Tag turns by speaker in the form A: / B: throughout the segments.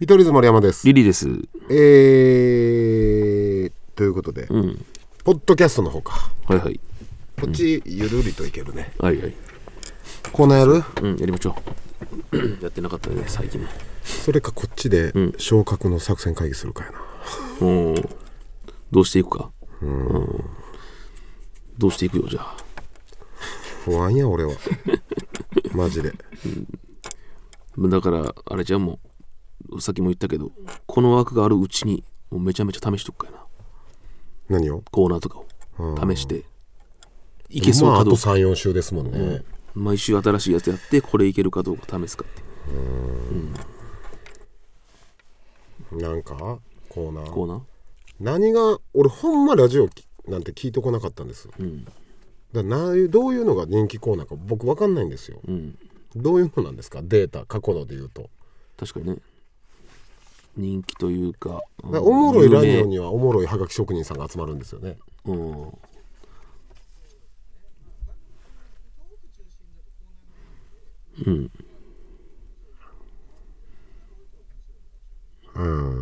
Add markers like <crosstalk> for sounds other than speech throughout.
A: 見取り図森山です。
B: リリーです。
A: えー、ということで、
B: うん。
A: ポッドキャストの方か。
B: はいはい。
A: こっち、ゆるりといけるね。
B: はいはい。
A: コーナーやる
B: うん、やりましょう。 <clears throat> やってなかったね、最近も。
A: それかこっちで
B: ん
A: 昇格の作戦会議するかやな。
B: おーどうしていくか。うんどうしていくよ、じゃあ。
A: 不安や、
B: <laughs>
A: 俺は。マジで。
B: だから、あれじゃんもう、さっきも言ったけど、この枠があるうちに、もうめちゃめちゃ試しとくかやな。
A: 何を
B: コーナーとかを試して、いけそう
A: まあ、
B: か
A: あ
B: ど
A: と
B: うか。
A: 3、4週ですもんね。
B: 毎週新しいやつやって、これいけるかどうか試すかって。
A: なんか、コーナ
B: コー
A: ー。
B: ナー
A: 何が、俺、ほんまラジオきなんて聞いてこなかったんです。
B: うん。
A: だからなどういうのが人気コーナーか僕わかんないんですよ。
B: うん。
A: どういうのなんですかデータ、過去ので言うと。
B: 確かにね。人気というか。
A: だからおもろいラジ
B: 有
A: オ
B: 名
A: にはおもろいはがき職人さんが集まるんですよね
B: うん。うん。
A: うん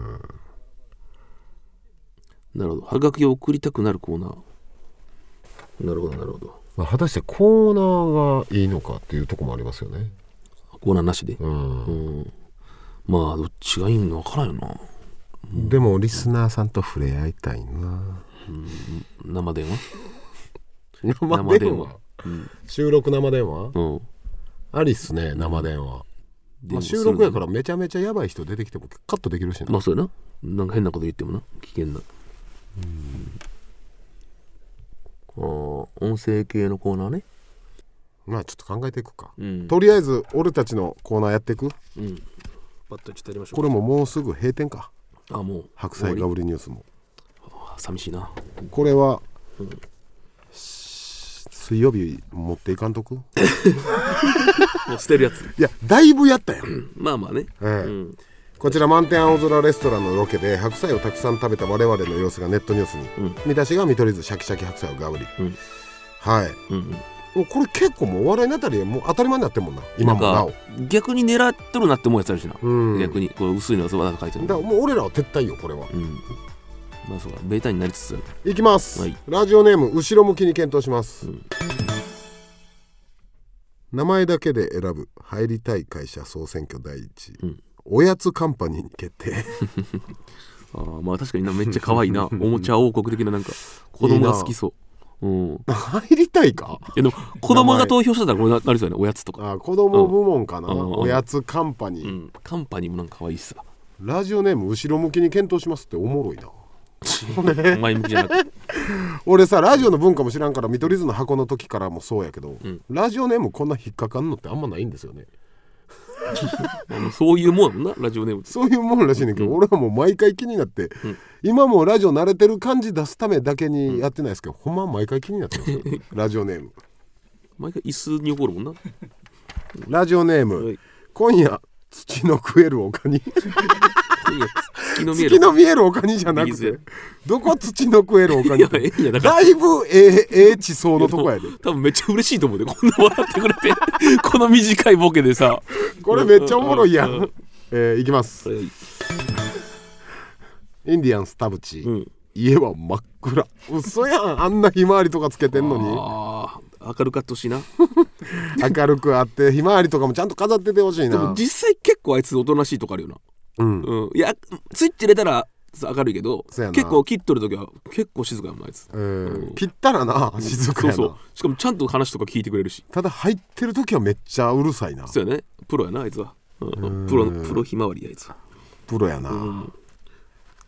B: なるほど。はがきを送りたくなるコーナー。なるほど、なるほど。
A: まあ果たしてコーナーがいいのかっていうとこもありますよね
B: コーナーなしで。
A: うん、
B: うん。まあ、どっちがいいのわからんよな。
A: でもリスナーさんと触れ合いたいな
B: 生電話
A: 生電
B: 電
A: 話
B: 話
A: 収録生電話、
B: うん。
A: ありっすね生電話、ま
B: でも
A: あ、収録やか
B: そ
A: らめちゃめちゃやばい人出てきてもカットできるしな、
B: れなまあ、そうやな。なんか変なこと言ってもな。危険な。うん。ああ、音声系のコーナーね。
A: まあちょっと考えていくか、
B: うん
A: とりあえず俺たちのコーナーやっていく
B: うん。パッとちょっとやりましょう。
A: これももうすぐ閉店か
B: あ、もう。
A: 白菜
B: 終
A: が
B: わ
A: 売りニュースも
B: り寂しいな。
A: これは、し水曜日持っていかんとく
B: もう捨てるやつ。
A: いやだいぶやったよ、
B: まあまあね。
A: ええ
B: うん。
A: こちら満天青空レストランのロケで白菜をたくさん食べた我々の様子がネットニュースに、
B: うん
A: 見出しが見取り図シャキシャキ白菜をガブリ、
B: うん
A: はい
B: うんうん。
A: もうこれ結構もうお笑いのあたりはもう当たり前になってるもんな今
B: なん
A: もな
B: か
A: お
B: 逆に狙っとるなって思うやつあるしな、
A: うん
B: 逆にこれ薄いのはそばなんか書いて
A: だ
B: る
A: から
B: う
A: もう俺らは撤退よこれは、
B: んまあそうかベータになりつつある
A: いきます、
B: はい
A: ラジオネーム後ろ向きに検討します、名前だけで選ぶ入りたい会社総選挙第一位、
B: うん
A: おやつカンパニーに決定
B: <laughs> あーまあ確かになめっちゃ可愛いなおもちゃ王国的ななんか子供が好きそううんい
A: 入りたいか
B: やでも子供が投票してたらこれななりそうやねおやつとか
A: あ子供部門かな、
B: うんうん
A: おやつカンパニ
B: う
A: ー、
B: んカンパニーもなんか可愛いしさ
A: ラジオネーム後ろ向きに検討しますっておもろいな
B: 前向きじゃなくて
A: 俺さラジオの文化も知らんから見取り図の箱の時からもそうやけど、
B: ん
A: ラジオネームこんな引っかかんのってあんまないんですよね
B: あのそういうもんやもんなラジオネームって
A: そういうもんらしいねんけど、俺はもう毎回気になって、今もラジオ慣れてる感じ出すためだけにやってないですけど、ほんま毎回気になってますよ
B: <laughs>
A: ラジオネーム
B: 毎回椅子に怒るもんな
A: ラジオネーム、
B: はい
A: 今夜土の食える丘に
B: いや月の見える
A: 月の見える丘にじゃな
B: ビ
A: く
B: ーズや
A: てどこ土の食える丘にっ
B: いや
A: て
B: いやだから
A: だいぶええええ地層のとこやで
B: 多分めっちゃ嬉しいと思うでこんな笑ってくれてこの短いボケでさ
A: これめっちゃおもろいや。
B: うん
A: えー、いきます。
B: はい
A: インディアンス田淵、
B: ん
A: 家は真っ暗。嘘やん。あんなひまわりとかつけてんの
B: ああ明るかったしいな
A: に。明るくあって、ひまわりとかもちゃんと飾っててほしい
B: でも
A: な。
B: 実際結構あいつおとなしいとこあるよな
A: うん。
B: うんいやスイッチ入れたらさ明るいけど
A: そうやな
B: 結構切っとる時は結構静かやもんあいつ
A: えー、ぴったらな、静か
B: そう
A: や
B: そう
A: な。
B: しかもちゃんと話とか聞いてくれるした
A: だ入ってる時はめっちゃうるさいな。
B: そうやねプロやなあいつは、うん、プロのプロひまわりやあいつは
A: プロやな。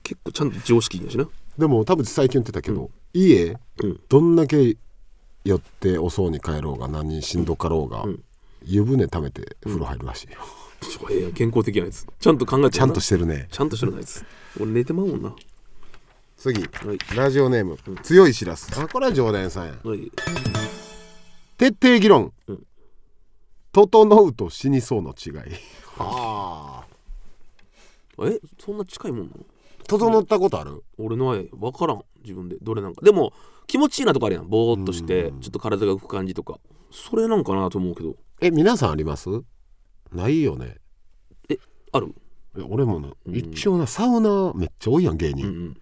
B: 結構ちゃんと常識やしな
A: でも田淵最近言ってたけど、家、
B: うん
A: どんだけ寄っておそうに帰ろうが何しんどかろうが、湯船溜めて風呂入るらしいよ。
B: ええやん健康的やなあいつちゃんと考えてるな
A: ちゃんとしてるね。
B: ちゃんとしてるなあいつ俺寝てまうもんな
A: 次。
B: はい
A: ラジオネーム、強いしらすあこれは常連さんや
B: はい
A: 徹底議論、
B: うん
A: 整うと死にそうの違いああ
B: えそんな近いもんなの
A: <laughs> 整ったことある
B: 俺の愛分からん自分でどれなんかでも気持ちいいなとかあるやんぼーっとしてちょっと体が浮く感じとかそれなんかなと思うけど
A: え皆さんありますないよね
B: えある
A: え俺もな、
B: うん
A: 一応なサウナめっちゃ多いやん芸人、
B: うん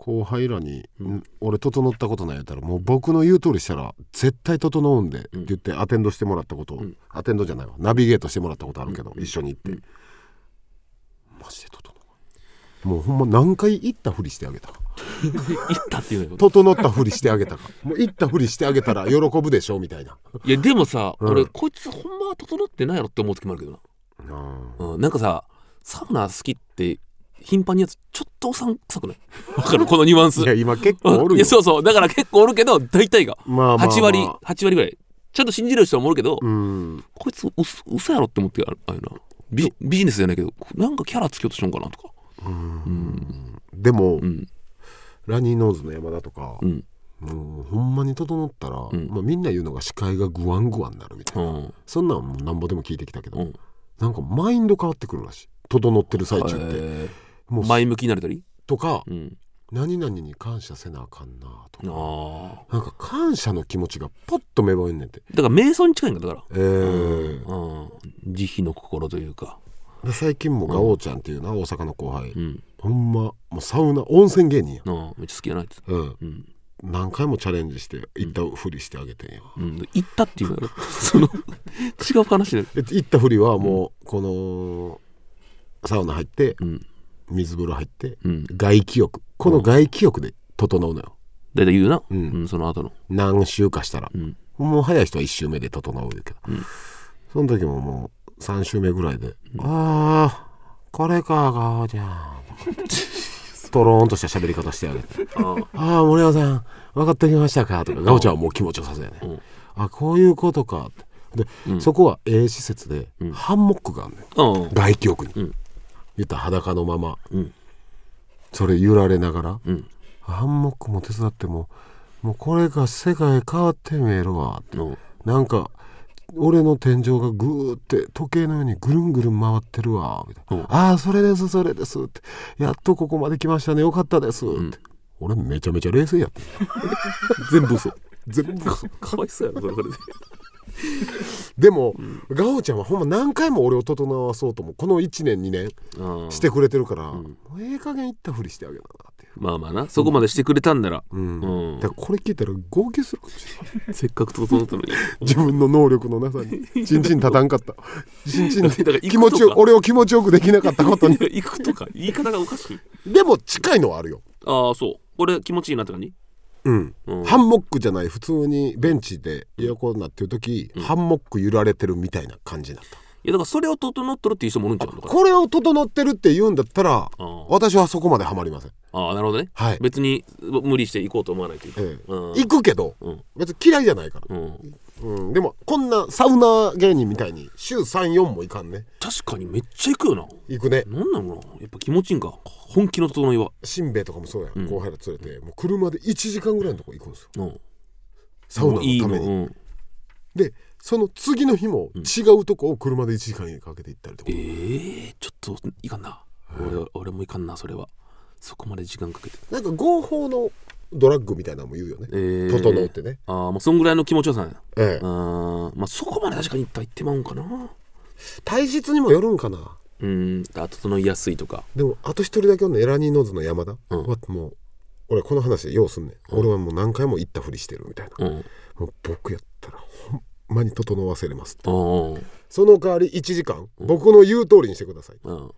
A: 後輩らに、
B: うん
A: ん俺整ったことないやったらもう僕の言う通りしたら絶対整うんで」って言ってアテンドしてもらったことを、
B: うん
A: アテンドじゃないわナビゲートしてもらったことあるけど、
B: うん
A: 一緒に行って、
B: うん
A: マジで整うもうほんま何回行ったふりしてあげたか
B: うん、行ったっていうのよ
A: 整ったふりしてあげた
B: <laughs>
A: かもう行ったふりしてあげたら喜ぶでしょみたいない
B: やでもさ、
A: うん
B: 俺こいつほんまは整ってないやろって思う時もあるけど
A: あ
B: な、うん、なんかさサウナ好きって頻繁にやつちょっとおさんくさくないわかるこのニュアンス
A: いや今結構お
B: うん
A: るよ
B: い <laughs> やそうそうだから結構おるけど大体が
A: まあまあ、まあ、
B: 8割8割ぐらいちゃんと信じる人もおるけど、
A: うん
B: こいつうそ嘘やろって思ってあるあるなビビジネスじゃないけどなんかキャラつけようとしよんかなとかうん
A: でも、
B: うん
A: ラニーノーズの山田とか
B: う、ん
A: もうほんまに整ったら、
B: ん
A: まあ、みんな言うのが視界がグワングワンになるみたいな、
B: うん
A: そんなんもうなんぼでも聞いてきたけど、
B: うん
A: なんかマインド変わってくるらしい整ってる最中って、
B: え
A: もう
B: ー前向きになれたり
A: とか、
B: うん
A: 何々に感謝せなあかんなとか、
B: ああ
A: なんか感謝の気持ちがポッと芽生えんねんて、
B: だから瞑想に近いんだだから
A: えー
B: うん慈悲の心というか
A: で最近もガオちゃんっていうな大阪の後輩、
B: うん
A: ほんまもうサウナ温泉芸人や、
B: あーめっちゃ好きやなあいつ
A: うん、
B: うん
A: 何回もチャレンジして行ったふりしてあげてんや、
B: うん行ったっていうのやろ <laughs> その違う話で
A: え行ったふりはもうこのサウナ入って
B: うん
A: 水風呂入って
B: うん
A: 外気浴この外気浴で整うのよ、
B: 大体言うな
A: う
B: うんんその後の
A: 何週かしたら
B: う、ん
A: もう早い人は1周目で整うけど、
B: うん
A: その時ももう3周目ぐらいで「ああこれかガオちゃ
B: <laughs>
A: ん」とろーんとした喋り方してあげて
B: あー
A: 「ああ森山さん分かってきましたか」とかガオちゃんはもう気持ちよさそうやね、
B: うん
A: あこういうことかってで、
B: うん
A: そこは A 施設で
B: うん
A: ハンモックがあんねん
B: うん
A: 外気浴に、
B: うん
A: 言ったら裸のまま
B: うん
A: それ揺られながら
B: うん
A: ハンモックも手伝ってももうこれが世界変わって見えるわって
B: うん
A: なんか俺の天井がぐーって時計のようにぐるんぐるん回ってるわみたいな「
B: うん
A: ああそれですそれです」って「やっとここまで来ましたねよかったです」って、
B: ん
A: 俺めちゃめちゃ冷静やった
B: 全部嘘
A: 全部
B: かかわいそうやろそれそれで
A: でも、ガオちゃんはほんま何回も俺を整わそうともこの1年2年してくれてるから、も
B: ん
A: うええ加減いったふりしてあげなあかんっていう。
B: まあまあなそこまでしてくれたんなら、
A: うん
B: うん
A: だからこれ聞いたら号泣するかもしれない
B: せっかく整ったの <laughs> に
A: <laughs> 自分の能力のなさ <laughs> にちんちん立たんかったちんちん
B: だから行くとか
A: 気持ちよ俺を気持ちよくできなかったことに
B: いや行くとか言い方がおかしい
A: <laughs> でも近いのはあるよ、
B: ああそう俺気持ちいいなって感じ
A: うん
B: うん
A: ハンモックじゃない普通にベンチで横になってる時、ハンモック揺られてるみたいな感じだった
B: いやだからそれを整っとるっていう人もおるんちゃうだから
A: これを整ってるって言うんだったら
B: あ
A: 私はそこまでハマりません
B: ああなるほどね
A: はい、
B: 別に無理して行こうと思わないというか、
A: ええ
B: うん
A: 行くけど
B: うん
A: 別に嫌いじゃないから、
B: うん、
A: うん、でもこんなサウナ芸人みたいに週34もいかんね
B: 確かにめっちゃ行くよな
A: 行くね
B: なんなのなやっぱ気持ちいいんか本気の整いは、
A: しんべヱとかもそうやん、
B: うん
A: 後輩ら連れてもう車で1時間ぐらいのとこ行くんですよ
B: うん、
A: サウナのために
B: もういいのうん
A: でその次の日も違うとこを車で1時間かけて行ったりとか、
B: ええちょっといかんな、俺は俺もいかんなそれはそこまで時間かけて
A: なんか合法のドラッグみたいなのも言うよね、
B: ええ
A: 整うってね、
B: ああもうそんぐらいの気持ちよさなんや
A: ええ
B: あーまあそこまで確かにいっぱい行ってまうんかな
A: 体質にもよるんかな
B: うんあと整いやすいとか
A: でもあと一人だけのエラニーノーズの山田
B: うん
A: はもう俺この話で要すんね、ん、俺はもう何回も行ったふりしてるみたいな、
B: うん
A: もう僕やったらほんまに整わせれます
B: うんうん
A: その代わり1時間僕の言う通りにしてください
B: うん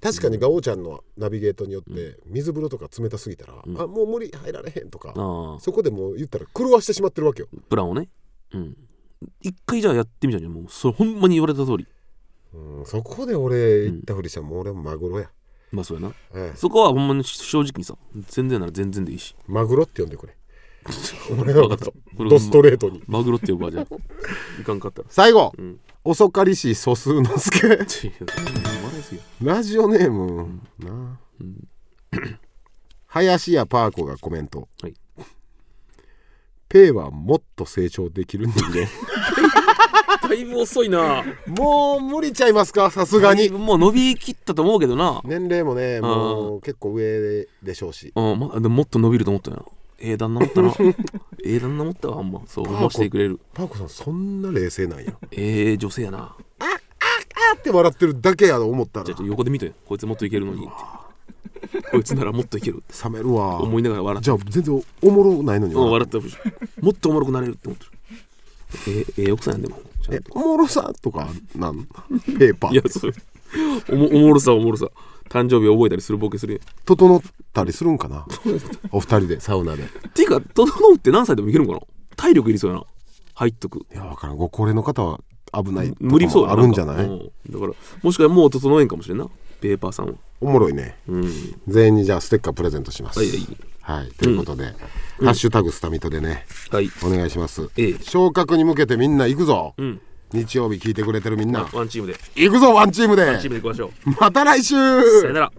A: 確かにガオちゃんのナビゲートによって水風呂とか冷たすぎたら、
B: ん
A: あもう無理入られへんとか、
B: ああ
A: そこでもう言ったら狂わしてしまってるわけよ、
B: プランをねうん一回じゃあやってみたんじゃんもうそれほんまに言われた通り
A: うん、そこで俺行ったふりしたらもう俺はマグロや、
B: まあそうやな
A: ええ
B: そこはほんまに正直にさ全然なら全然でいいし
A: マグロって呼んで <laughs> くれ俺のこと
B: これ
A: ドストレートに
B: マグロって呼ばじゃんいかんかったら
A: 最後、
B: ん
A: 遅かりし素数のすけ
B: ちょ笑いすぎや
A: ラジオネーム、なあ、 <clears throat> 林家パーコがコメント
B: はい
A: ペイはもっと成長できる <laughs> 人間
B: だいぶ遅いな
A: もう無理ちゃいますかさすが
B: だい
A: に
B: ぶもう伸びきったと思うけどな
A: 年齢もねもう結構上でしょうし
B: うんまあでももっと伸びると思ったよええ旦那
A: <laughs>
B: 持ったなええ旦那持ったわほんまそう思わせてくれる
A: パーコさんそんな冷静なんや
B: ええ女性やな
A: ーって笑ってるだけやと思ったら
B: じゃあ横で見てこいつもっといけるのにってこいつならもっといける
A: <laughs>
B: って
A: 冷めるわ
B: 思いながら笑って
A: じゃあ全然おもろないのに
B: うん
A: 笑
B: 笑ってほしいもっとおもろくなれるって思ってるええええ奥さんやんでもちゃん
A: えおもろさとか
B: <laughs>
A: なんペーパ
B: といや
A: ー
B: そうおもおもろさおもろさ誕生日覚えたりするボケするやん
A: 整ったりするんかなお二人でサウナでい
B: っていうか整うって何歳でもいけるんかな体力いりそうやな入っとく
A: や分からんご高齢の方は危ないとかも
B: 無理そうや
A: あるんじゃない
B: んかうんだからもしかしたらもう整えんかもしれんなペーパーさんは
A: おもろいね
B: うん
A: 全員にじゃあステッカープレゼントします
B: はいはい
A: はいということで「ハッシュタグスタミト」でね
B: はい
A: お願いします
B: ええ
A: 昇格に向けてみんな行くぞ
B: うん
A: 日曜日聞いてくれてるみんな
B: ワンチームで
A: 行くぞワンチームで
B: チームでいきましょう
A: また来週
B: さよなら